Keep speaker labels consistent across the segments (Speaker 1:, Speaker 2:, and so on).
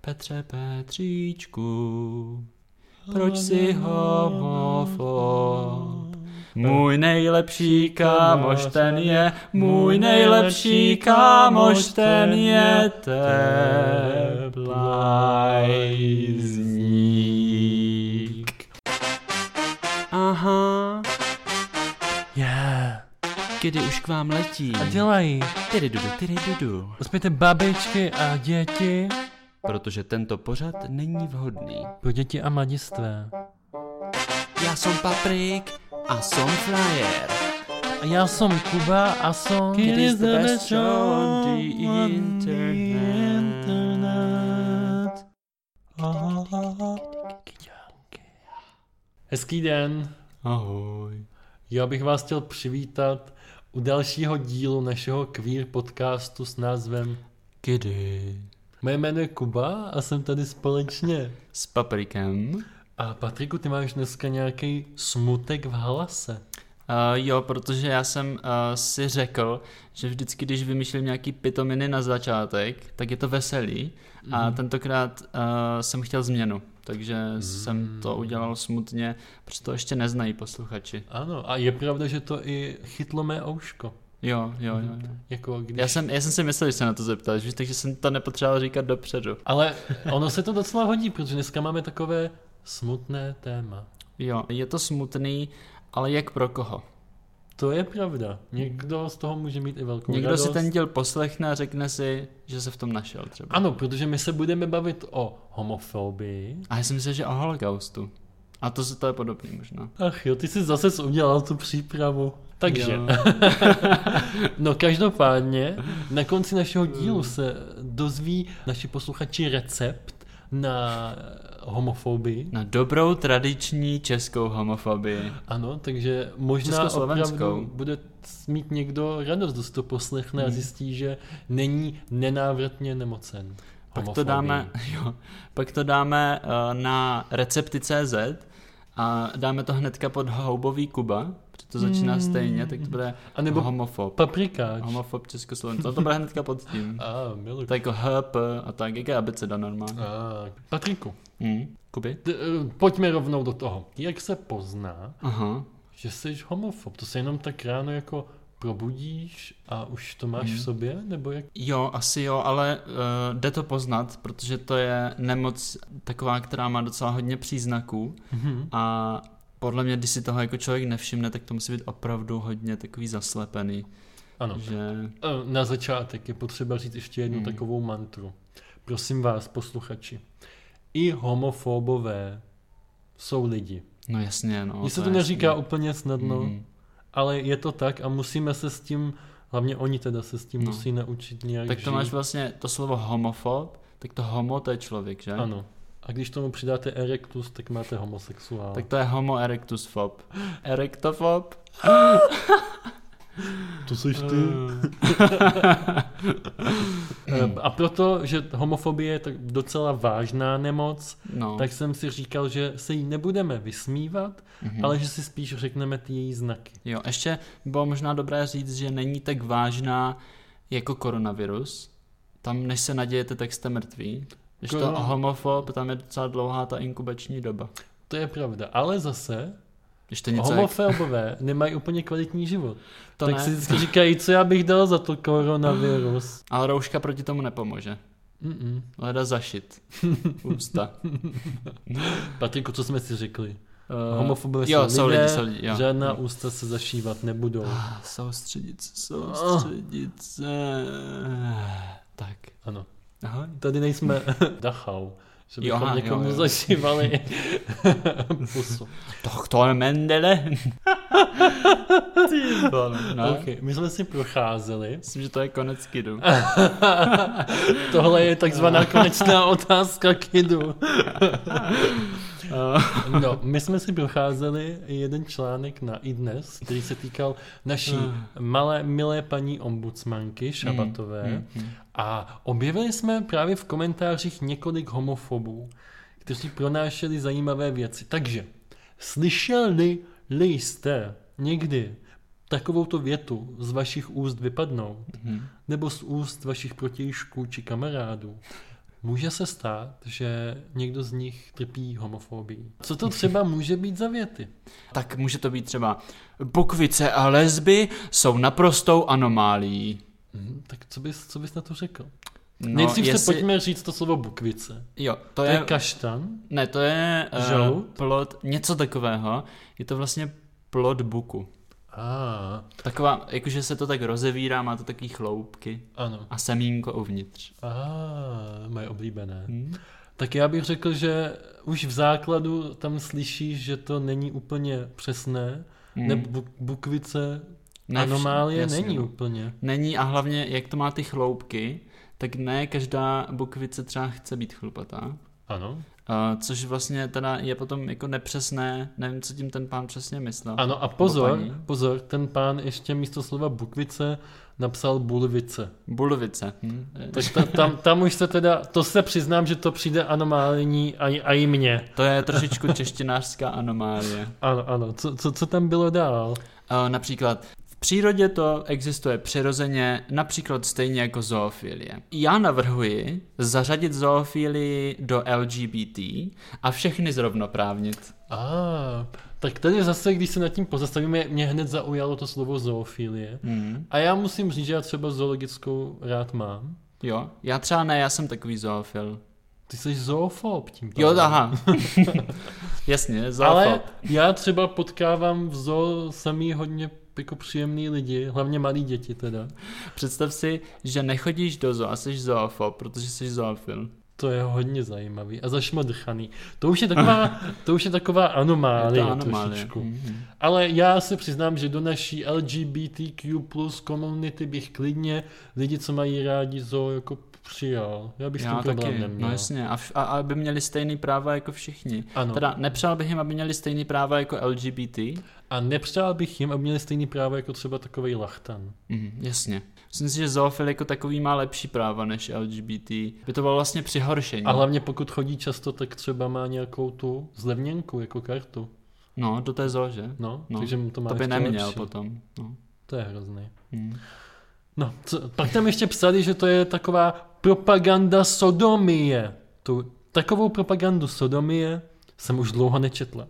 Speaker 1: Petře Petříčku, proč jsi homofob? Můj nejlepší kámoš ten je, můj nejlepší kámoš ten je teplajzník. Aha,
Speaker 2: Yeah.
Speaker 1: kdy už k vám letí.
Speaker 2: A dělají.
Speaker 1: Tyry dudu, tyry dudu.
Speaker 2: Uspějte babičky a děti.
Speaker 1: Protože tento pořad není vhodný.
Speaker 2: Pro děti a mladistvé.
Speaker 1: Já jsem Paprik a jsem Flyer.
Speaker 2: A já jsem Kuba a jsem...
Speaker 1: It is the best show on the internet.
Speaker 2: Hezký den.
Speaker 1: Ahoj.
Speaker 2: Já bych vás chtěl přivítat u dalšího dílu našeho queer podcastu s názvem
Speaker 1: Kdy?
Speaker 2: Moje jméno je Kuba a jsem tady společně.
Speaker 1: S Paprikem.
Speaker 2: A Patriku, ty máš dneska nějaký smutek v hlase.
Speaker 1: Uh, jo, protože já jsem uh, si řekl, že vždycky, když vymýšlím nějaký pitominy na začátek, tak je to veselý a tentokrát uh, jsem chtěl změnu, takže jsem to udělal smutně, protože to ještě neznají posluchači.
Speaker 2: Ano, a je pravda, že to i chytlo mé ouško.
Speaker 1: Jo, jo, jo. jo.
Speaker 2: Jako když...
Speaker 1: Já jsem, já jsem si myslel, že se na to zeptáš, víš, takže jsem to nepotřeboval říkat dopředu.
Speaker 2: Ale ono se to docela hodí, protože dneska máme takové smutné téma.
Speaker 1: Jo, je to smutný, ale jak pro koho?
Speaker 2: To je pravda. Někdo z toho může mít i velkou
Speaker 1: Někdo
Speaker 2: radost.
Speaker 1: si ten díl poslechne a řekne si, že se v tom našel třeba.
Speaker 2: Ano, protože my se budeme bavit o homofobii.
Speaker 1: A já jsem myslel, že o holokaustu. A to se to je podobný možná.
Speaker 2: Ach jo, ty jsi zase udělal tu přípravu. Takže,
Speaker 1: Jo.
Speaker 2: no každopádně, na konci našeho dílu se dozví naši posluchači recept na homofobii.
Speaker 1: Na dobrou tradiční českou homofobii.
Speaker 2: Ano, takže možná
Speaker 1: Československou.
Speaker 2: opravdu bude mít někdo radost, když to poslechne
Speaker 1: Hmm.
Speaker 2: a zjistí, že není nenávratně nemocen.
Speaker 1: Pak to
Speaker 2: homofobií.
Speaker 1: dáme, jo, pak to dáme eh, na recepty.cz a dáme to hnedka pod houbový Kuba, protože to začíná stejně, tak to bude
Speaker 2: A nebo
Speaker 1: homofob.
Speaker 2: Paprikáč.
Speaker 1: Homofob Československo, to bude hnedka pod tím.
Speaker 2: A, miluji.
Speaker 1: To je jako HP a tak, jaká abeceda normálně.
Speaker 2: A, Patriku,
Speaker 1: Hm, Kuby?
Speaker 2: d- eh, pojďme rovnou do toho. Jak se pozná,
Speaker 1: Aha.
Speaker 2: že jsi homofob? To se jenom tak ráno jako probudíš a už to máš
Speaker 1: Hmm.
Speaker 2: v sobě? Nebo jak?
Speaker 1: Jo, asi jo, ale uh, jde to poznat, protože to je nemoc taková, která má docela hodně příznaků
Speaker 2: Mhm.
Speaker 1: a podle mě, když si toho jako člověk nevšimne, tak to musí být opravdu hodně takový zaslepený,
Speaker 2: Ano.
Speaker 1: že...
Speaker 2: Eh, Na začátek je potřeba říct ještě jednu
Speaker 1: Hmm.
Speaker 2: takovou mantru. Prosím vás, posluchači, i homofobové jsou lidi.
Speaker 1: No jasně, no.
Speaker 2: Mně se to
Speaker 1: je
Speaker 2: neříká
Speaker 1: jasný.
Speaker 2: úplně snadno,
Speaker 1: Mhm.
Speaker 2: ale je to tak a musíme se s tím, hlavně oni teda se s tím
Speaker 1: No.
Speaker 2: musí naučit nějak
Speaker 1: Tak to máš
Speaker 2: žít.
Speaker 1: vlastně to slovo homofob, tak to homo to je člověk, že?
Speaker 2: Ano. A když tomu přidáte erectus, tak máte homosexuál.
Speaker 1: Tak to je homo erectus fob. Erectofob?
Speaker 2: to jsi E, A proto, že homofobie je tak docela vážná nemoc,
Speaker 1: No.
Speaker 2: tak jsem si říkal, že se jí nebudeme vysmívat,
Speaker 1: Mhm.
Speaker 2: ale že si spíš řekneme ty její znaky.
Speaker 1: Jo, ještě by bylo možná dobré říct, že není tak vážná jako koronavirus. Tam, než se nadějete, tak jste mrtví. Když to
Speaker 2: Korona-
Speaker 1: homofob, tam je docela dlouhá ta inkubační doba.
Speaker 2: To je pravda, ale zase
Speaker 1: Když to něco jak...
Speaker 2: homofobové nemají úplně kvalitní život.
Speaker 1: To
Speaker 2: tak
Speaker 1: ne.
Speaker 2: si vždycky říkají, co já bych dal za to koronavirus.
Speaker 1: Ale rouška proti tomu nepomůže.
Speaker 2: Mm-mm.
Speaker 1: Leda zašit. Ústa.
Speaker 2: Patriku, co jsme si řekli?
Speaker 1: Eh,
Speaker 2: Homofobové
Speaker 1: jo,
Speaker 2: jsou lidé,
Speaker 1: jsou lidi, jo.
Speaker 2: žádná ústa se zašívat nebudou.
Speaker 1: Ah, Soustředit se,
Speaker 2: Ah.
Speaker 1: soustředit se. Tak.
Speaker 2: Ano,
Speaker 1: Ahoj.
Speaker 2: tady nejsme Dachau, že bychom
Speaker 1: Jo, aha,
Speaker 2: někomu
Speaker 1: jo, jo.
Speaker 2: zašívali pusu.
Speaker 1: Tak to je Mendele. Ty vole, no.
Speaker 2: Okay, my jsme si procházeli.
Speaker 1: Myslím, že to je konec kidu. Eh,
Speaker 2: Tohle je takzvaná konečná otázka kidu. No, my jsme si procházeli jeden článek na iDnes, který se týkal naší malé, milé paní ombudsmanky Šabatové. A objevili jsme právě v komentářích několik homofobů, kteří pronášeli zajímavé věci. Takže, slyšeli jste někdy takovouto větu z vašich úst vypadnout, nebo z úst vašich protějšků či kamarádů? může se stát, že někdo z nich trpí homofobii. Co to třeba může být za věty?
Speaker 1: Tak může to být třeba bukvice a lesby jsou naprostou anomálií.
Speaker 2: Mhm, tak co bys, co bys na to řekl?
Speaker 1: No,
Speaker 2: No, Nejdřív jestli... se pojďme říct to slovo bukvice.
Speaker 1: Jo, to,
Speaker 2: To je,
Speaker 1: je...
Speaker 2: kaštan.
Speaker 1: Ne, to je uh,
Speaker 2: Žalud?
Speaker 1: plod, něco takového. Je to vlastně plod buku.
Speaker 2: A,
Speaker 1: Taková, jakože se to tak rozevírá, má to takový chloupky
Speaker 2: ano.
Speaker 1: a semínko uvnitř.
Speaker 2: A, moje oblíbené.
Speaker 1: Hmm?
Speaker 2: Tak já bych řekl, že už v základu tam slyšíš, že to není úplně přesné.
Speaker 1: Hmm.
Speaker 2: Hmm. Nebo bu- bukvice
Speaker 1: Ne,
Speaker 2: ne,
Speaker 1: vš-
Speaker 2: anomálie
Speaker 1: jasně,
Speaker 2: není
Speaker 1: no.
Speaker 2: úplně.
Speaker 1: Není a hlavně, jak to má ty chloupky, tak ne každá bukvice třeba chce být chlupatá.
Speaker 2: Ano.
Speaker 1: Uh, což vlastně teda je potom jako nepřesné, nevím, co tím ten pán přesně myslel.
Speaker 2: Ano a pozor,
Speaker 1: paní.
Speaker 2: pozor, ten pán ještě místo slova bukvice napsal bulvice.
Speaker 1: Bulvice. Hm?
Speaker 2: Tak ta, tam, tam už se teda, to se přiznám, že to přijde anomální a, a i mně.
Speaker 1: To je trošičku češtinářská anomálie.
Speaker 2: Ano, ano, co, co, co tam bylo dál?
Speaker 1: Uh, například v přírodě to existuje přirozeně, například stejně jako zoofilie. Já navrhuji zařadit zoofilii do LGBT a všechny zrovnoprávnit.
Speaker 2: A, tak tady zase, když se nad tím pozastavíme, mě hned zaujalo to slovo zoofilie.
Speaker 1: Hmm.
Speaker 2: A já musím říct, že já třeba zoologickou rád mám.
Speaker 1: Jo, já třeba ne, já jsem takový zoofil.
Speaker 2: Ty jsi zoofob tím
Speaker 1: Jo,
Speaker 2: pádem.
Speaker 1: aha. Jasně, zoofob.
Speaker 2: Ale já třeba potkávám v zoo samý hodně jako příjemný lidi, hlavně malí děti teda.
Speaker 1: Představ si, že nechodíš do zoo a jsi zoofob, protože jsi zoofil.
Speaker 2: To je hodně zajímavý a zašmodrchaný. To už je taková, to už je taková anomálie, je trošičku.
Speaker 1: Mhm.
Speaker 2: Ale já se přiznám, že do naší LGBTQ plus komunity bych klidně lidi, co mají rádi zoo, jako přijal. Já bych s tím
Speaker 1: Já
Speaker 2: problém
Speaker 1: taky,
Speaker 2: neměl.
Speaker 1: no jasně, a, vš- a, a aby měli stejný práva jako všichni.
Speaker 2: Ano.
Speaker 1: Teda nepřál bych jim, aby měli stejný práva jako LGBT.
Speaker 2: A nepřál bych jim, aby měli stejný práva jako třeba takový lachtan.
Speaker 1: Mhm, jasně. Myslím si, že zoofil jako takový má lepší práva než LGBT. By to bylo vlastně přihoršení.
Speaker 2: A hlavně pokud chodí často, tak třeba má nějakou tu zlevněnku jako kartu.
Speaker 1: No, do té zoo, že?
Speaker 2: No,
Speaker 1: No,
Speaker 2: no takže mu to má
Speaker 1: To by
Speaker 2: ještě
Speaker 1: neměl
Speaker 2: lepší.
Speaker 1: potom. No.
Speaker 2: To je hrozný.
Speaker 1: Mhm.
Speaker 2: No, co, pak tam ještě psali, že to je taková propaganda sodomie. Tu, takovou propagandu sodomie jsem už dlouho nečetla.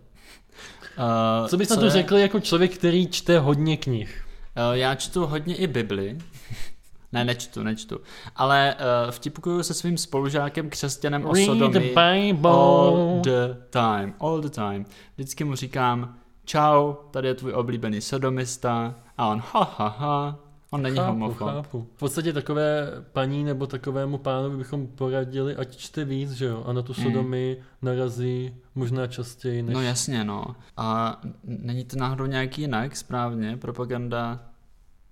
Speaker 1: Uh,
Speaker 2: Co bys na to
Speaker 1: je-
Speaker 2: řekl jako člověk, který čte hodně knih?
Speaker 1: Uh, Já čtu hodně i Bibli. ne, nečtu, nečtu. Ale uh, vtipkuju se svým spolužákem křesťanem o
Speaker 2: Read the
Speaker 1: sodomii all
Speaker 2: Bible.
Speaker 1: the time. All the time. Vždycky mu říkám, čau, tady je tvůj oblíbený sodomista. A on, ha, ha, ha. On není homofob.
Speaker 2: chápu. V podstatě takové paní nebo takovému pánovi bychom poradili, ať čte víc, že jo? A na tu
Speaker 1: Mm.
Speaker 2: sodomii narazí možná častěji než...
Speaker 1: No jasně, no. A n- není to náhodou nějak jinak, správně? Propaganda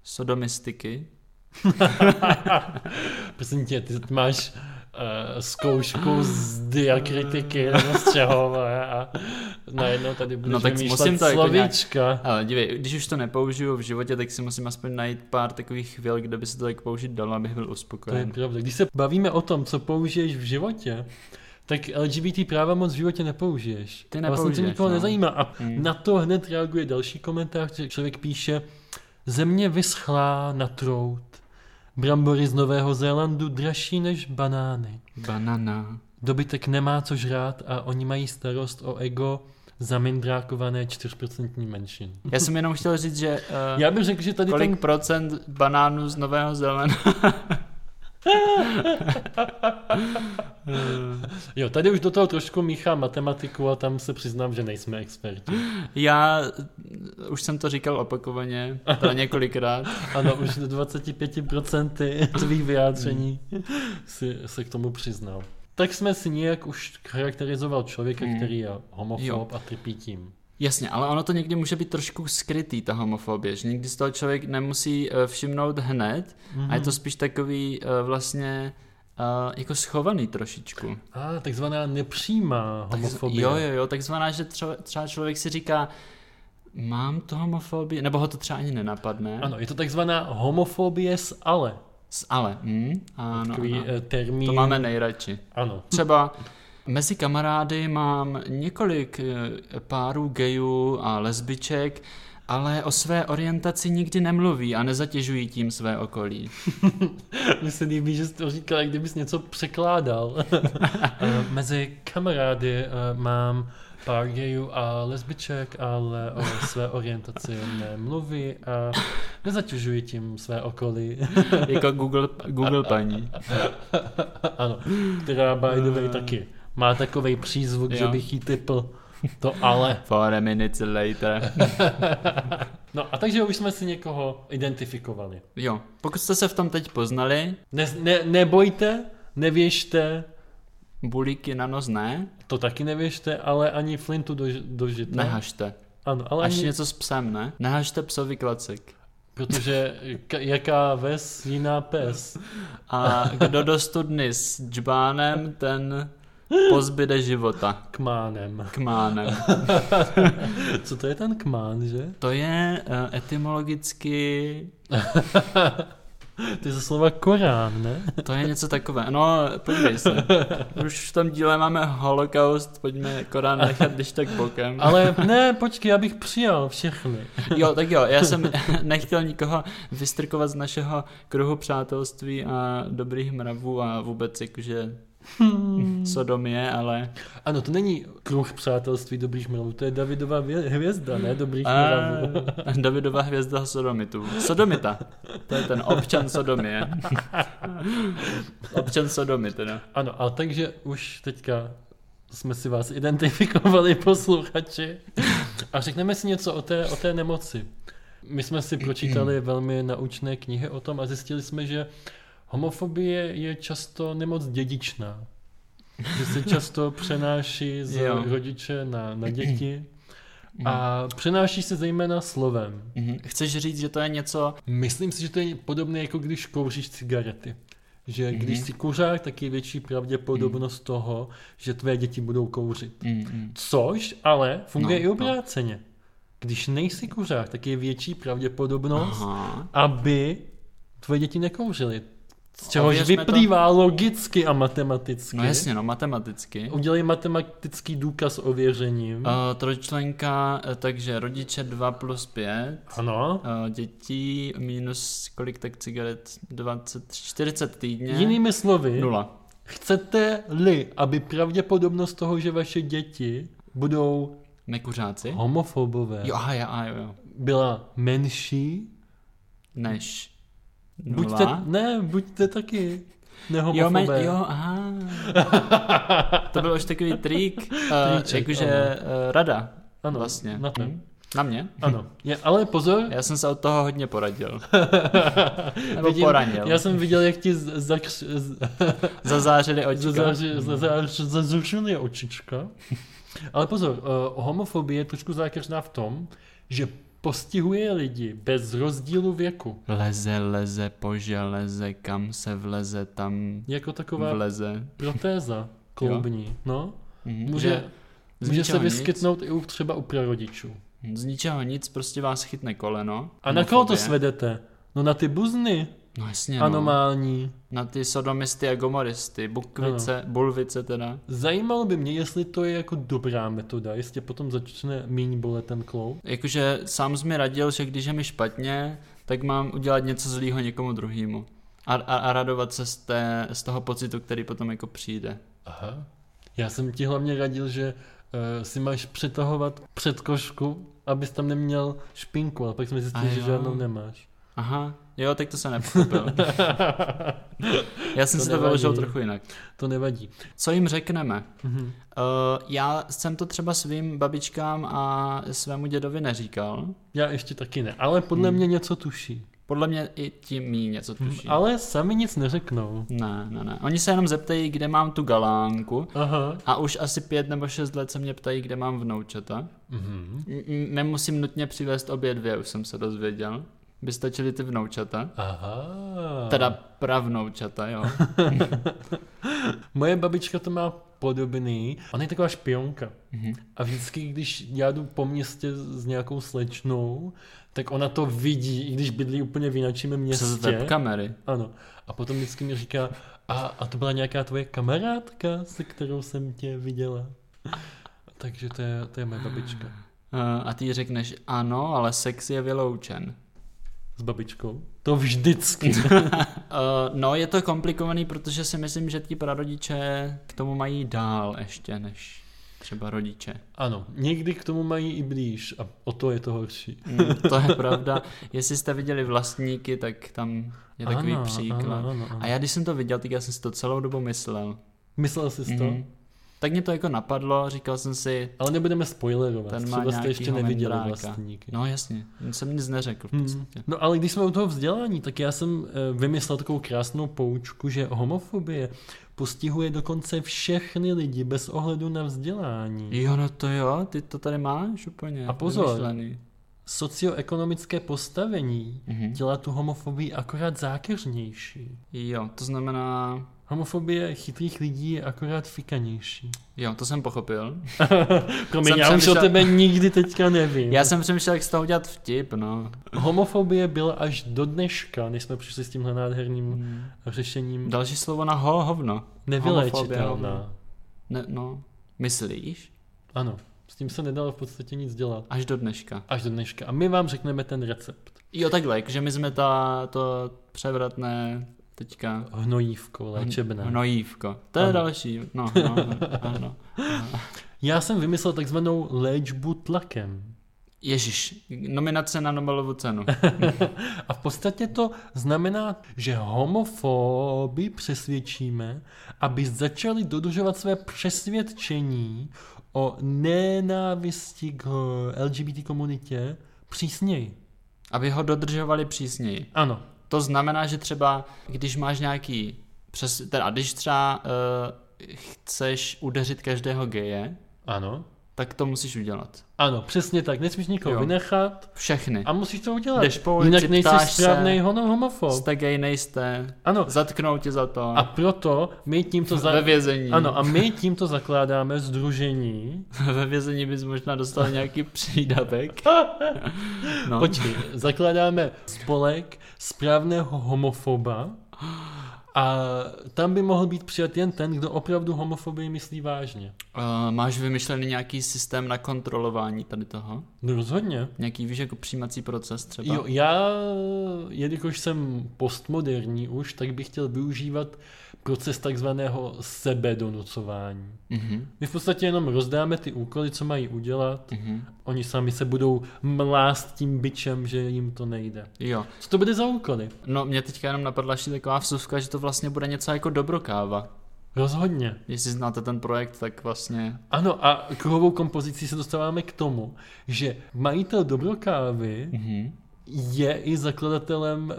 Speaker 1: sodomistiky?
Speaker 2: Prosím tě, ty máš uh, zkoušku z diakritiky nebo z čeho a, a najednou tady budeš
Speaker 1: No tak
Speaker 2: vymýšlet
Speaker 1: musím to jako nějak-
Speaker 2: slovíčka. Jako
Speaker 1: Ale dívej, když už to nepoužiju v životě, tak si musím aspoň najít pár takových chvil, kde by se to tak použít dalo, abych byl
Speaker 2: to je
Speaker 1: uspokojen.
Speaker 2: pravda. Když se bavíme o tom, co použiješ v životě, tak LGBT práva moc v životě nepoužiješ.
Speaker 1: Ty
Speaker 2: A vlastně to
Speaker 1: nepoužiješ,
Speaker 2: nikoho
Speaker 1: no.
Speaker 2: nezajímá. A
Speaker 1: Mm.
Speaker 2: na to hned reaguje další komentář, že člověk píše Země vyschlá na trout. Brambory z Nového Zélandu dražší než banány.
Speaker 1: Banana.
Speaker 2: Dobytek nemá co žrát a oni mají starost o ego zamindrákované 4% menšin.
Speaker 1: Já jsem jenom chtěl říct, že uh,
Speaker 2: Já bych řekl, že tady
Speaker 1: kolik
Speaker 2: ten...
Speaker 1: procent banánů z Nového Zélanda.
Speaker 2: Jo, tady už do toho trošku míchá matematiku a tam se přiznám, že nejsme experti.
Speaker 1: Já eh, už jsem to říkal opakovaně, teda několikrát.
Speaker 2: Ano, už do 25% tvých vyjádření si, se k tomu přiznal. Tak jsme si nějak už charakterizoval člověka,
Speaker 1: Mm.
Speaker 2: který je homofob
Speaker 1: Jo.
Speaker 2: a trpí tím.
Speaker 1: Jasně, ale ono to někdy může být trošku skrytý, ta homofobie, že někdy z toho člověk nemusí eh, všimnout hned a je to spíš takový eh, vlastně eh, jako schovaný trošičku.
Speaker 2: A, takzvaná nepřímá
Speaker 1: Tak-
Speaker 2: homofobie.
Speaker 1: Jo, jo, jo, takzvaná, že třeba, třeba člověk si říká, mám to homofobii, nebo ho to třeba ani nenapadne.
Speaker 2: Ano, je to takzvaná homofobie s ale.
Speaker 1: S ale, hm? ano,
Speaker 2: Takový
Speaker 1: ano.
Speaker 2: eh, termín.
Speaker 1: To máme nejradši.
Speaker 2: Ano.
Speaker 1: Třeba mezi kamarády mám několik eh, párů gejů a lesbiček ale o své orientaci nikdy nemluví a nezatěžují tím své okolí.
Speaker 2: Mně se líbí, že jsi to říkal, jak kdybys něco překládal. Eh, Mezi kamarády eh, mám pár gejů a lesbiček, ale o své orientaci nemluví a nezatěžují tím své okolí.
Speaker 1: jako Google, Google paní.
Speaker 2: ano, která by the way taky má takový přízvuk, jo. že bych jí typl. To ale.
Speaker 1: Four minutes later.
Speaker 2: no a takže už jsme si někoho identifikovali.
Speaker 1: Jo, pokud jste se v tom teď poznali.
Speaker 2: Ne, ne, nebojte, nevěžte.
Speaker 1: Bulíky na nos ne.
Speaker 2: To taky nevěžte, ale ani flintu do, do žita.
Speaker 1: Nehažte.
Speaker 2: Ano, ale
Speaker 1: Až
Speaker 2: ani...
Speaker 1: něco s psem, ne? Nehažte psovi klacek.
Speaker 2: Protože k- jaká ves, jiná pes.
Speaker 1: A kdo do studny s džbánem, ten pozbyde života.
Speaker 2: Kmánem.
Speaker 1: Kmánem.
Speaker 2: Co to je ten kmán, že?
Speaker 1: To je uh, etymologicky...
Speaker 2: to je ze slova Korán, ne?
Speaker 1: To je něco takové. No, podívej se. Už v tom díle máme holokaust, pojďme Korán nechat když tak bokem.
Speaker 2: Ale ne, počkej, já bych přijal všechny.
Speaker 1: Jo, tak jo, já jsem nechtěl nikoho vystrkovat z našeho kruhu přátelství a dobrých mravů a vůbec jakože Hmm. Sodomie, ale...
Speaker 2: Ano, to není kruh přátelství dobrých mravů, to je Davidova hvězda, ne dobrých a... mravů.
Speaker 1: Davidova hvězda sodomitů. Sodomita. To je ten občan sodomie. občan no. sodomy teda.
Speaker 2: Ano, a takže už teďka jsme si vás identifikovali, posluchači. A řekneme si něco o té, o té nemoci. My jsme si pročítali velmi naučné knihy o tom a zjistili jsme, že homofobie je často nemoc dědičná. Že se často přenáší z jo. rodiče na, na děti. A přenáší se zejména slovem.
Speaker 1: Mhm. Chceš říct, že to je něco...
Speaker 2: Myslím si, že to je podobné, jako když kouříš cigarety. Že když jsi kuřák, tak je větší pravděpodobnost toho, že tvé děti budou kouřit.
Speaker 1: Mm,
Speaker 2: Což ale funguje no, i obráceně. Když nejsi kuřák, tak je větší pravděpodobnost, Aha. aby tvoje děti nekouřily. Z čehož vyplývá to... logicky a matematicky.
Speaker 1: No jasně, no matematicky. Eh,
Speaker 2: Udělej matematický důkaz ověřením. Uh,
Speaker 1: trojčlenka, eh, takže rodiče 2 plus 5.
Speaker 2: Ano.
Speaker 1: Uh, dětí minus kolik tak cigaret? 20, 40 týdně.
Speaker 2: Jinými slovy.
Speaker 1: Nula.
Speaker 2: Chcete-li, aby pravděpodobnost toho, že vaše děti budou
Speaker 1: Nekuřáci?
Speaker 2: Homofobové.
Speaker 1: Jo, aha, jo, aha, jo.
Speaker 2: Byla menší
Speaker 1: než
Speaker 2: Nula? Buďte, ne, buďte taky nehomofobé.
Speaker 1: Jo, men, jo, aha. to byl už takový trik, uh, Tríček, jakože ano. Uh, rada ano, vlastně.
Speaker 2: Eh, Na, ten. Hmm.
Speaker 1: na mě?
Speaker 2: Ano, je, ale pozor.
Speaker 1: Já jsem se od toho hodně poradil. Nebo Vidím, poranil.
Speaker 2: Já jsem viděl, jak ti zakř...
Speaker 1: zazářili očička. Mhm.
Speaker 2: Zazáři, zazář, zazářili očička. Ale pozor, uh, homofobie je trošku zákeřná v tom, že postihuje lidi bez rozdílu věku.
Speaker 1: Leze, leze, po železe, kam se vleze, tam
Speaker 2: Jako taková
Speaker 1: vleze.
Speaker 2: protéza kloubní, jo? no. Mm-hmm. Může, Že může se vyskytnout nic. i u třeba u prarodičů.
Speaker 1: Z ničeho nic, prostě vás chytne koleno.
Speaker 2: A na koho to svedete? No na ty buzny.
Speaker 1: No jasně,
Speaker 2: Anomální. No.
Speaker 1: Na ty sodomisty a gomoristy, bukvice, ano. bulvice teda.
Speaker 2: Zajímalo by mě, jestli to je jako dobrá metoda, jestli potom začne míň bolet ten kloub.
Speaker 1: Jakože sám jsi mi radil, že když je mi špatně, tak mám udělat něco zlýho někomu druhému. A, a, a radovat se z, té, z toho pocitu, který potom jako přijde.
Speaker 2: Aha. Já jsem ti hlavně radil, že uh, si máš přetahovat předkošku, abys tam neměl špinku, ale pak jsme zjistili, že žádnou nemáš.
Speaker 1: Aha, jo, tak to se nepochopil. já jsem to si nevadí. to vyložil trochu jinak.
Speaker 2: To nevadí.
Speaker 1: Co jim řekneme? Mm-hmm.
Speaker 2: Mhm.
Speaker 1: Uh, já jsem to třeba svým babičkám a svému dědovi neříkal.
Speaker 2: Já ještě taky ne, ale podle hmm. mě něco tuší.
Speaker 1: Podle mě i ti mí něco tuší.
Speaker 2: Ale sami nic neřeknou.
Speaker 1: Ne, ne, ne. Oni se jenom zeptají, kde mám tu galánku.
Speaker 2: Aha.
Speaker 1: A už asi pět nebo šest let se mě ptají, kde mám vnoučata.
Speaker 2: Mhm.
Speaker 1: Mm-hmm. Nemusím nutně přivést obě dvě, už jsem se dozvěděl by stačily ty vnoučata.
Speaker 2: Aha.
Speaker 1: Teda pravnoučata, jo.
Speaker 2: Moje babička to má podobný. Ona je taková špionka.
Speaker 1: Mhm.
Speaker 2: Mm-hmm. A vždycky, když já jdu po městě s nějakou slečnou, tak ona to vidí, i když bydlí úplně v jinačím městě.
Speaker 1: Přes web kamery.
Speaker 2: Ano. A potom vždycky mi říká, a, a to byla nějaká tvoje kamarádka, se kterou jsem tě viděla. Takže to je, to je moje babička.
Speaker 1: a ty řekneš ano, ale sex je vyloučen.
Speaker 2: S babičkou? To vždycky.
Speaker 1: no, je to komplikovaný, protože si myslím, že ti prarodiče k tomu mají dál ještě než třeba rodiče.
Speaker 2: Ano, někdy k tomu mají i blíž a o to je to horší.
Speaker 1: Mm, to je pravda. Jestli jste viděli vlastníky, tak tam je takový ano, příklad. Ano, ano, ano. A já když jsem to viděl, tak já jsem si to celou dobu myslel.
Speaker 2: Myslel jsi mm. to?
Speaker 1: Mhm.
Speaker 2: Mm.
Speaker 1: Tak mě to jako napadlo, říkal jsem si...
Speaker 2: Ale nebudeme spoilerovat, ten má třeba jste ještě neviděli vendráka. vlastníky.
Speaker 1: No jasně, jsem nic neřekl
Speaker 2: v podstatě. Hmm. No ale když jsme u toho vzdělání, tak já jsem eh, vymyslel takovou krásnou poučku, že homofobie postihuje dokonce všechny lidi bez ohledu na vzdělání.
Speaker 1: Jo, no to jo, ty to tady máš úplně
Speaker 2: A pozor, vymyšlený. socioekonomické postavení mm-hmm. dělá tu homofobii akorát zákeřnější.
Speaker 1: Jo, to znamená,
Speaker 2: Homofobie chytrých lidí je akorát fikanější.
Speaker 1: Jo, to jsem pochopil.
Speaker 2: Mhm. Promiň, jsem já přemýšlel... už o tebe nikdy teďka nevím.
Speaker 1: Já jsem přemýšlel, jak z toho udělat vtip, no.
Speaker 2: Homofobie byla až do dneška, než jsme přišli s tímhle nádherným hmm. řešením.
Speaker 1: Další slovo na ho, hovno.
Speaker 2: Nevyléčitelná.
Speaker 1: Ne, no, myslíš?
Speaker 2: Ano, s tím se nedalo v podstatě nic dělat.
Speaker 1: Až do dneška.
Speaker 2: Až do dneška. A my vám řekneme ten recept.
Speaker 1: Jo, takhle, že my jsme ta, to převratné teďka...
Speaker 2: Hnojívko léčebné.
Speaker 1: Hnojívko. To je ano. další. No, no, ano, ano.
Speaker 2: Já jsem vymyslel takzvanou léčbu tlakem.
Speaker 1: Ježíš, nominace na Nobelovu cenu.
Speaker 2: a v podstatě to znamená, že homofoby přesvědčíme, aby začali dodržovat své přesvědčení o nenávisti k LGBT komunitě přísněji.
Speaker 1: Aby ho dodržovali přísněji.
Speaker 2: Ano.
Speaker 1: To znamená, že třeba, když máš nějaký, přes, teda když třeba uh, chceš udeřit každého geje,
Speaker 2: ano.
Speaker 1: tak to musíš udělat.
Speaker 2: Ano, přesně tak. Nesmíš nikoho jo. vynechat.
Speaker 1: Všechny.
Speaker 2: A musíš to udělat.
Speaker 1: Jdeš po ulici,
Speaker 2: Jinak nejsi správný homofob.
Speaker 1: Jste gay, nejste.
Speaker 2: Ano.
Speaker 1: Zatknou tě za to.
Speaker 2: A proto my tímto...
Speaker 1: Za... Ve vězení.
Speaker 2: Ano, a my tímto zakládáme združení.
Speaker 1: Ve vězení bys možná dostal nějaký přídatek.
Speaker 2: no. Počkej, zakládáme spolek správného homofoba. A tam by mohl být přijat jen ten, kdo opravdu homofobii myslí vážně.
Speaker 1: Uh, máš vymyšlený nějaký systém na kontrolování tady toho?
Speaker 2: No rozhodně.
Speaker 1: Nějaký, víš, jako přijímací proces třeba?
Speaker 2: Jo, já, jelikož jsem postmoderní už, tak bych chtěl využívat proces takzvaného sebedonucování.
Speaker 1: Mm-hmm.
Speaker 2: My v podstatě jenom rozdáme ty úkoly, co mají udělat,
Speaker 1: mm-hmm.
Speaker 2: oni sami se budou mlást tím bičem, že jim to nejde.
Speaker 1: Jo.
Speaker 2: Co to bude za úkoly?
Speaker 1: No, mě teďka jenom napadla ještě taková vsuvka, že to vlastně bude něco jako dobrokáva.
Speaker 2: Rozhodně.
Speaker 1: Jestli znáte ten projekt, tak vlastně...
Speaker 2: Ano, a kruhovou kompozicí se dostáváme k tomu, že majitel dobrokávy
Speaker 1: mm-hmm
Speaker 2: je i zakladatelem uh,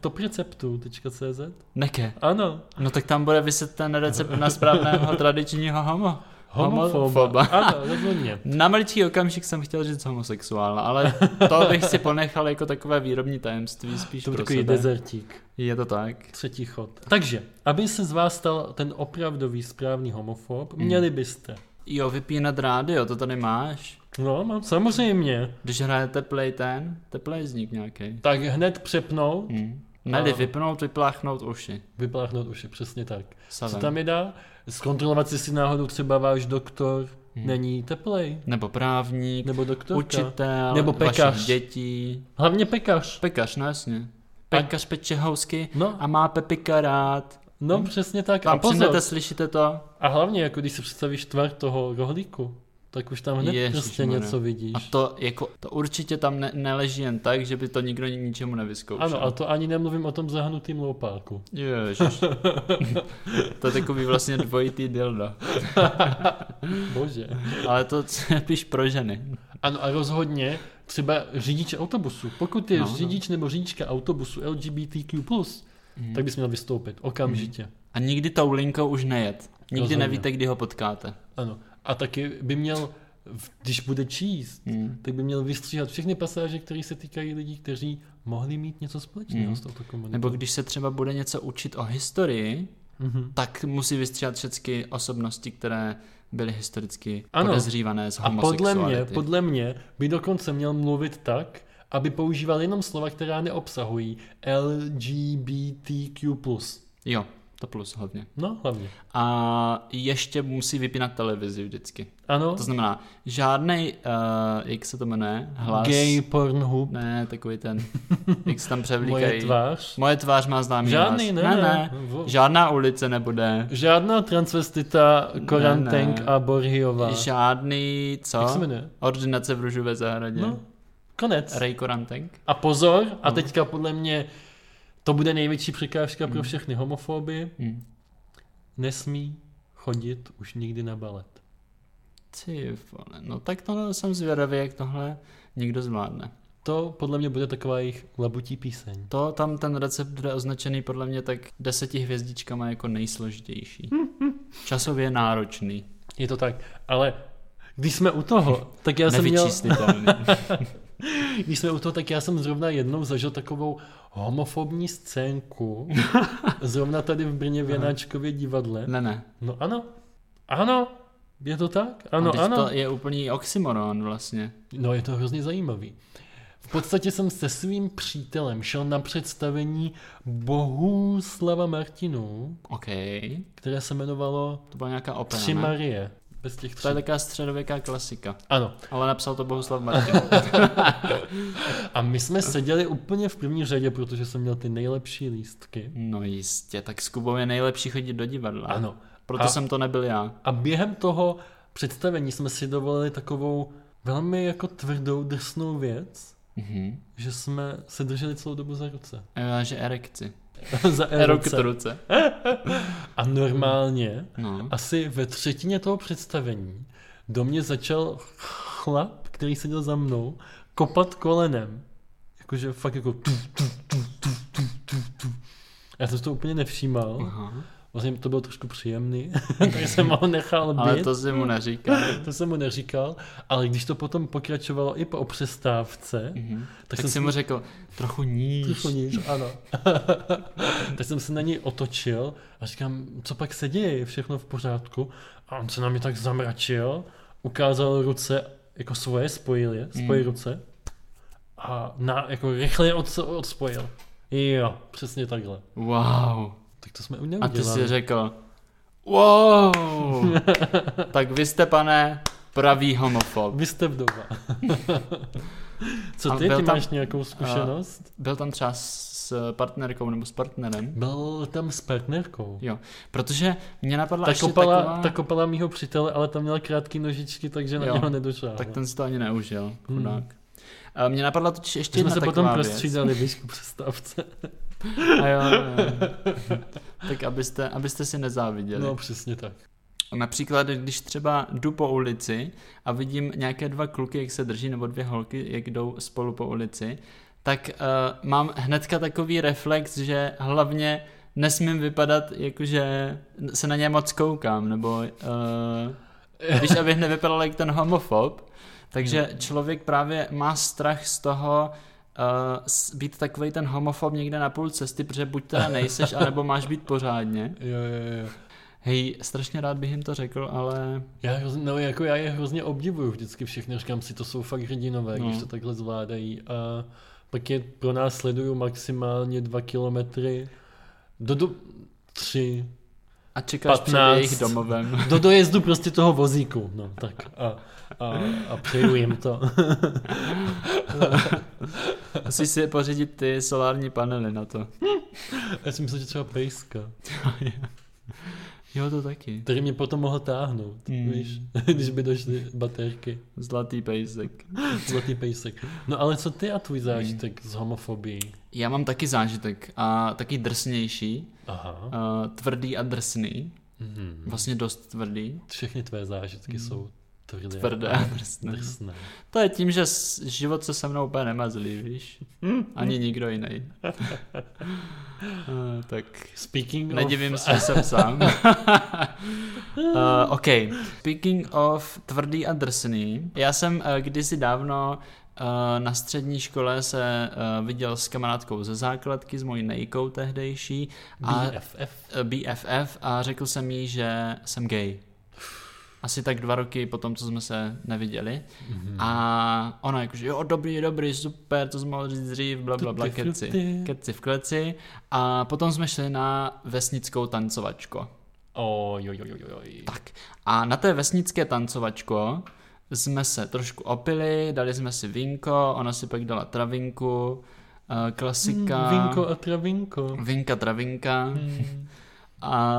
Speaker 2: topreceptu.cz.
Speaker 1: Neke.
Speaker 2: Ano.
Speaker 1: No tak tam bude vyset ten recept na správného tradičního homo.
Speaker 2: Homofoba. Ano, rozhodně.
Speaker 1: Na maličký okamžik jsem chtěl říct homosexuál, ale to bych si ponechal jako takové výrobní tajemství spíš
Speaker 2: to
Speaker 1: pro
Speaker 2: takový
Speaker 1: sebe.
Speaker 2: dezertík.
Speaker 1: Je to tak.
Speaker 2: Třetí chod. Takže, aby se z vás stal ten opravdový správný homofob,
Speaker 1: Mhm.
Speaker 2: hmm. měli byste.
Speaker 1: Jo, vypínat rádio, to tady máš.
Speaker 2: No, mám samozřejmě.
Speaker 1: Když hraje teplej ten, teplej vznik nějaký.
Speaker 2: Tak hned přepnout. Hmm.
Speaker 1: Neli vypnout, vypláchnout uši.
Speaker 2: Vypláchnout uši, přesně tak.
Speaker 1: Savem.
Speaker 2: Co tam je dá? Zkontrolovat, jestli náhodou třeba váš doktor hmm. není teplej.
Speaker 1: Nebo právník,
Speaker 2: nebo doktorka,
Speaker 1: učitel,
Speaker 2: nebo pekař.
Speaker 1: vašich dětí.
Speaker 2: Hlavně pekař.
Speaker 1: Pekař, no jasně. Pekař peče housky no. a má Pepika rád.
Speaker 2: No hmm. přesně tak.
Speaker 1: Tam a pozor. Přinete, slyšíte to?
Speaker 2: A hlavně, jako když si představíš tvar toho rohlíku, tak už tam hned Ježiš, prostě mene. něco vidíš.
Speaker 1: A to, jako, to určitě tam ne, neleží jen tak, že by to nikdo ničemu nevyzkoušel.
Speaker 2: Ano, a to ani nemluvím o tom zahnutým loupáku.
Speaker 1: Ježiš. to je takový vlastně dvojitý dildo.
Speaker 2: Bože.
Speaker 1: Ale to spíš pro ženy.
Speaker 2: Ano a rozhodně třeba řidič autobusu. Pokud je no, řidič no. nebo řidička autobusu LGBTQ+, mm. tak bys měl vystoupit okamžitě. Mm.
Speaker 1: A nikdy tou linkou už nejet. Nikdy Rozhodně. nevíte, kdy ho potkáte.
Speaker 2: Ano. A taky by měl, když bude číst, mm.
Speaker 1: Hmm.
Speaker 2: tak by měl vystříhat všechny pasáže, které se týkají lidí, kteří mohli mít něco společného mm. s touto komunitou.
Speaker 1: Hmm. Nebo když se třeba bude něco učit o historii,
Speaker 2: mm-hmm.
Speaker 1: tak musí vystříhat všechny osobnosti, které byly historicky ano. podezřívané z homosexuality.
Speaker 2: A podle mě, podle mě by dokonce měl mluvit tak, aby používal jenom slova, která neobsahují LGBTQ+.
Speaker 1: Jo, To plus hlavně.
Speaker 2: No, hlavně.
Speaker 1: A ještě musí vypínat televizi vždycky.
Speaker 2: Ano,
Speaker 1: To znamená, žádný, uh, jak se to jmenuje, hlas.
Speaker 2: gay Pornhub,
Speaker 1: Ne, takový ten, jak se tam
Speaker 2: moje
Speaker 1: převlíkají.
Speaker 2: tvář.
Speaker 1: Moje tvář má známý
Speaker 2: Žádný,
Speaker 1: hlas.
Speaker 2: ne,
Speaker 1: ne,
Speaker 2: ne.
Speaker 1: ne.
Speaker 2: Vo-
Speaker 1: Žádná ulice nebude.
Speaker 2: Žádná transvestita, Korantenk
Speaker 1: ne.
Speaker 2: a Borhiová.
Speaker 1: Žádný,
Speaker 2: Jak se
Speaker 1: co?
Speaker 2: jmenuje?
Speaker 1: Ordinace v Ružové zahradě.
Speaker 2: No, konec.
Speaker 1: Ray Korantank.
Speaker 2: A pozor,
Speaker 1: No.
Speaker 2: a teďka podle mě to bude největší překážka
Speaker 1: Hmm.
Speaker 2: pro všechny homofoby.
Speaker 1: Hm.
Speaker 2: Nesmí chodit už nikdy na balet.
Speaker 1: Ty vole, no tak to jsem zvědavý, jak tohle někdo zvládne.
Speaker 2: To podle mě bude taková jejich labutí píseň.
Speaker 1: To tam ten recept bude označený podle mě tak deseti hvězdičkama jako nejsložitější. Časově náročný,
Speaker 2: Je to tak, ale když jsme u toho, tak já jsem měl,
Speaker 1: nevyčíslitelný.
Speaker 2: když jsme u toho, tak já jsem zrovna jednou zažil takovou homofobní scénku, zrovna tady v Brně v Janáčkově divadle.
Speaker 1: ne, ne.
Speaker 2: No ano, ano, je to tak,
Speaker 1: A
Speaker 2: ano,
Speaker 1: teď
Speaker 2: ano.
Speaker 1: To je úplný oxymoron vlastně.
Speaker 2: No, je to hrozně zajímavý. V podstatě jsem se svým přítelem šel na představení Bohuslava Martinů,
Speaker 1: OK,
Speaker 2: které se jmenovalo
Speaker 1: to byla nějaká opera,
Speaker 2: Tři
Speaker 1: ne?
Speaker 2: Marie. Bez těch tří.
Speaker 1: To je taková středověká klasika.
Speaker 2: Ano.
Speaker 1: Ale napsal to Bohuslav Martin.
Speaker 2: A my jsme seděli úplně v první řadě, protože jsem měl ty nejlepší lístky.
Speaker 1: No jistě, tak s Kubou je nejlepší chodit do divadla.
Speaker 2: Ano.
Speaker 1: Proto
Speaker 2: A-
Speaker 1: jsem to nebyl já.
Speaker 2: A během toho představení jsme si dovolili takovou velmi jako tvrdou, drsnou věc,
Speaker 1: Mhm.
Speaker 2: že jsme se drželi celou dobu za ruce.
Speaker 1: E, že erekci.
Speaker 2: za E
Speaker 1: Erok
Speaker 2: ruce.
Speaker 1: ruce.
Speaker 2: A normálně
Speaker 1: No.
Speaker 2: Asi ve třetině toho představení do mě začal chlap, který seděl za mnou, kopat kolenem. Jakože fakt jako tu, tu, tu, tu, tu, tu, tu. Já jsem si to úplně nevšímal.
Speaker 1: Aha.
Speaker 2: Vlastně to bylo trošku příjemný, tak jsem ho nechal být.
Speaker 1: Ale to si mu neříká.
Speaker 2: to jsem mu neříkal, ale když to potom pokračovalo i po přestávce,
Speaker 1: Mhm.
Speaker 2: tak,
Speaker 1: Tak
Speaker 2: jsem si
Speaker 1: jsem mu řekl, trochu níž.
Speaker 2: Trochu níž, ano. tak jsem se na něj otočil a říkám, co pak se děje, je všechno v pořádku. A on se na mě tak zamračil, ukázal ruce, jako svoje spojil je, spojil
Speaker 1: Mm.
Speaker 2: ruce a na, jako rychle je od, odspojil. Jo, přesně takhle.
Speaker 1: Wow.
Speaker 2: Tak to jsme u
Speaker 1: A
Speaker 2: neudělali.
Speaker 1: ty si řekl, wow. tak vy jste, pane, pravý homofob.
Speaker 2: Vy jste vdova. co
Speaker 1: A
Speaker 2: ty,
Speaker 1: byl
Speaker 2: ty
Speaker 1: tam-
Speaker 2: máš nějakou zkušenost?
Speaker 1: Byl tam třeba s partnerkou nebo s partnerem?
Speaker 2: Byl tam s partnerkou.
Speaker 1: Jo, protože mě napadla
Speaker 2: Ta
Speaker 1: ještě
Speaker 2: kopala,
Speaker 1: taková...
Speaker 2: ta kopala mýho přítele, ale tam měla krátké nožičky, takže na
Speaker 1: Jo.
Speaker 2: něho nedošla.
Speaker 1: Tak ten si to ani neužil, chudák. A Mě napadla totiž ještě
Speaker 2: Hmm. jsme
Speaker 1: jedna
Speaker 2: se potom
Speaker 1: taková věc.
Speaker 2: prostřídali víš, k přestávce.
Speaker 1: A jo, jo, jo. tak abyste, abyste si nezáviděli.
Speaker 2: No,
Speaker 1: No.
Speaker 2: přesně tak.
Speaker 1: Například, když třeba jdu po ulici a vidím nějaké dva kluky, jak se drží, nebo dvě holky, jak jdou spolu po ulici, tak uh, mám hnedka takový reflex, že hlavně nesmím vypadat, jakože se na ně moc koukám, nebo uh, Víš, abych nevypadal jak ten homofob. Takže člověk právě má strach z toho uh, s- být takový ten homofob někde na půl cesty, protože buď teda nejseš, anebo máš být pořádně.
Speaker 2: Jo, jo, jo.
Speaker 1: Hej, strašně rád bych jim to řekl, ale
Speaker 2: Já, hrozně, no, jako já je hrozně obdivuju vždycky všechny, říkám si, to jsou fakt hrdinové,
Speaker 1: No.
Speaker 2: no. když to takhle zvládají. A pak je pro nás sleduju maximálně dva kilometry do, do tři,
Speaker 1: a čekáš před
Speaker 2: 15.
Speaker 1: jejich domovem.
Speaker 2: do dojezdu prostě toho vozíku, no tak a, a, a přeju jim to.
Speaker 1: Musíš si pořídit ty solární panely na to.
Speaker 2: Já si myslím, že třeba pejska,
Speaker 1: Jo, to taky.
Speaker 2: který mě potom mohl táhnout,
Speaker 1: Mm.
Speaker 2: mm. víš, když by došly baterky.
Speaker 1: Zlatý pejsek.
Speaker 2: Zlatý pejsek. No ale co ty a tvůj
Speaker 1: Hmm.
Speaker 2: zážitek s homofobií?
Speaker 1: Já mám taky zážitek a taky drsnější,
Speaker 2: Aha.
Speaker 1: uh, tvrdý a drsný,
Speaker 2: Mhm.
Speaker 1: vlastně dost tvrdý,
Speaker 2: Všechny tvé zážitky jsou tvrdé.
Speaker 1: Hmm. tvrdé a drsné.
Speaker 2: Drsné.
Speaker 1: To je tím, že s- život se se mnou úplně nemazlí, víš? Ani nikdo jiný. Eh, tak
Speaker 2: Speaking
Speaker 1: nedivím
Speaker 2: of...
Speaker 1: se, že jsem sám. uh, OK, speaking of tvrdý a drsný, já jsem uh, kdysi dávno uh, na střední škole se uh, viděl s kamarádkou ze základky, s mojí nejkou tehdejší, a,
Speaker 2: BFF.
Speaker 1: eh, BFF a řekl jsem jí, že jsem gay. asi tak dva roky po tom, co jsme se neviděli. Mm-hmm. A ona jakože, jo, dobrý, dobrý, super, to jsme mohli říct dřív, bla, bla, bla, keci, keci v kleci. A potom jsme šli na vesnickou tancovačko.
Speaker 2: Oj, oj, oj, oj, oj.
Speaker 1: Tak. A na té vesnické tancovačko jsme se trošku opili, dali jsme si vinko, ona si pak dala travinku, eh, klasika.
Speaker 2: Mm, vinko a travinko.
Speaker 1: Vinka, travinka. Mm. A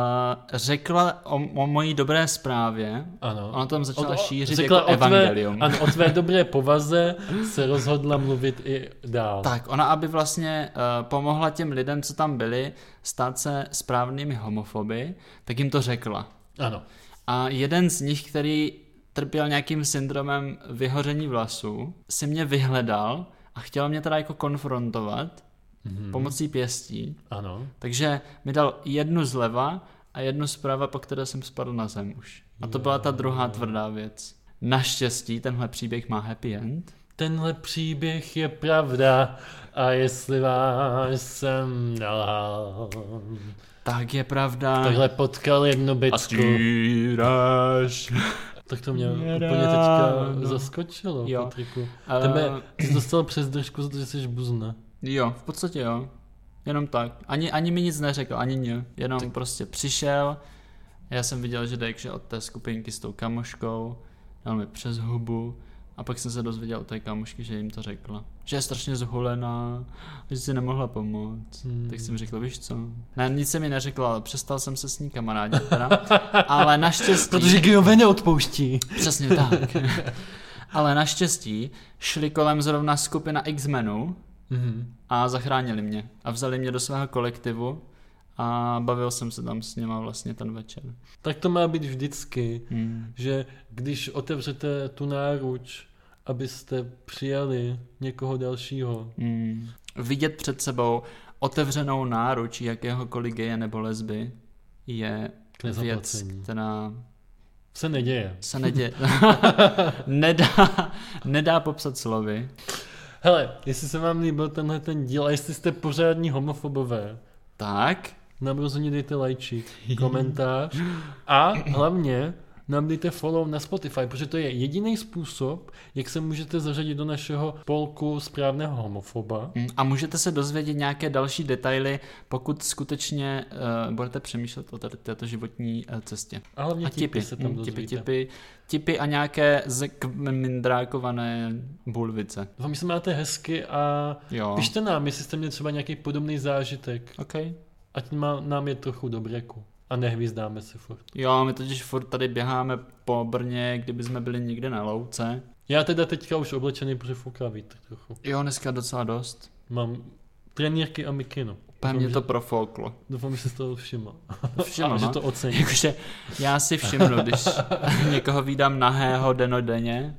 Speaker 1: řekla o, o mojí dobré zprávě.
Speaker 2: Ano.
Speaker 1: Ona tam začala o, o, šířit řekla jako o tvé, evangelium.
Speaker 2: Ano, o tvé dobré povaze se rozhodla mluvit i dál.
Speaker 1: Tak, ona aby vlastně uh, pomohla těm lidem, co tam byli, stát se správnými homofoby, tak jim to řekla.
Speaker 2: Ano.
Speaker 1: A jeden z nich, který trpěl nějakým syndromem vyhoření vlasů, si mě vyhledal a chtěl mě teda jako konfrontovat
Speaker 2: Mhm.
Speaker 1: mm-hmm. pomocí pěstí.
Speaker 2: Ano.
Speaker 1: Takže mi dal jednu zleva a jednu zprava, po které jsem spadl na zem už. A to byla ta druhá tvrdá věc. Naštěstí tenhle příběh má happy end.
Speaker 2: Tenhle příběh je pravda a jestli vás jsem nalhal,
Speaker 1: tak je pravda.
Speaker 2: Takhle potkal jednu bytku.
Speaker 1: A
Speaker 2: Tak to mě Měra, úplně teďka no. zaskočilo, jo. Patriku. A... Tebe jsi dostal přes držku za to, že jsi buzna.
Speaker 1: Jo, v podstatě jo. Jenom tak. Ani, ani mi nic neřekl, ani mě. Jenom tak. prostě přišel. Já jsem viděl, že Dejkže od té skupinky s tou kamoškou. Dal mi přes hubu. A pak jsem se dozvěděl od té kamošky, že jim to řekla. Že je strašně zhulená, že si nemohla pomoct. Hmm. Tak jsem řekl, víš co? Ne, nic se mi neřekla, ale přestal jsem se s ní kamarádit teda. ale naštěstí...
Speaker 2: Protože Giove neodpouští.
Speaker 1: Přesně tak. ale naštěstí šli kolem zrovna skupina X-Menů
Speaker 2: mm-hmm.
Speaker 1: a zachránili mě. A vzali mě do svého kolektivu a bavil jsem se tam s něma vlastně ten večer.
Speaker 2: Tak to má být vždycky,
Speaker 1: hmm.
Speaker 2: že když otevřete tu náruč, abyste přijali někoho dalšího.
Speaker 1: Hmm. Vidět před sebou otevřenou náruč jakéhokoliv geje nebo lesby je věc, která
Speaker 2: se neděje.
Speaker 1: Se neděje. nedá, nedá popsat slovy.
Speaker 2: Hele, jestli se vám líbil tenhle ten díl a jestli jste pořádní homofobové,
Speaker 1: tak.
Speaker 2: Nám rozhodně dejte lajčík, komentář a hlavně nám dejte follow na Spotify, protože to je jediný způsob, jak se můžete zařadit do našeho polku správného homofoba.
Speaker 1: hm, A můžete se dozvědět nějaké další detaily, pokud skutečně uh, budete přemýšlet o tady této životní uh, cestě.
Speaker 2: A hlavně a tipy, se tam
Speaker 1: dozvíte. Tipy, tipy, tipy a nějaké zkmindrákované bulvice.
Speaker 2: Vám se máte hezky a
Speaker 1: jo.
Speaker 2: pište nám, jestli jste měli třeba nějaký podobný zážitek.
Speaker 1: Okay.
Speaker 2: Ať má, nám je trochu dobreku. A nehvízdáme si furt.
Speaker 1: Jo, my totiž furt tady běháme po Brně, kdyby jsme byli někde na louce.
Speaker 2: Já teda teďka už oblečený, protože fouká vítr trochu.
Speaker 1: Jo, dneska docela dost.
Speaker 2: Mám trenírky a mikinu.
Speaker 1: Úplně mě to profoklo.
Speaker 2: Doufám, že jsi toho všiml.
Speaker 1: Všiml,
Speaker 2: že to ocení.
Speaker 1: Jakože já si všimnu, když někoho vídám nahého denodenně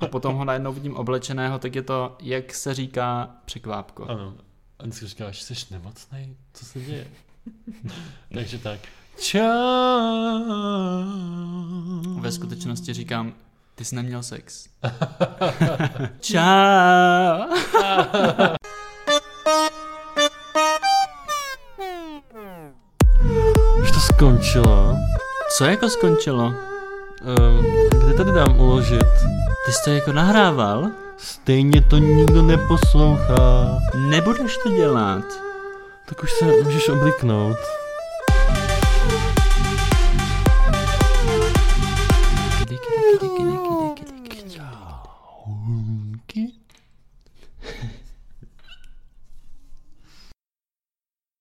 Speaker 1: a potom ho najednou vidím oblečeného, tak je to, jak se říká, překvápko.
Speaker 2: Ano. A vždycky říkáš, jsi nemocný? Co se děje? Takže tak. Čau.
Speaker 1: Ve skutečnosti říkám, ty jsi neměl sex. Čau.
Speaker 2: Už to skončilo.
Speaker 1: Co jako skončilo?
Speaker 2: Um, kde tady dám uložit?
Speaker 1: Ty jsi to jako nahrával?
Speaker 2: Stejně to nikdo neposlouchá.
Speaker 1: Nebudeš to dělat.
Speaker 2: Tak už se můžeš obliknout.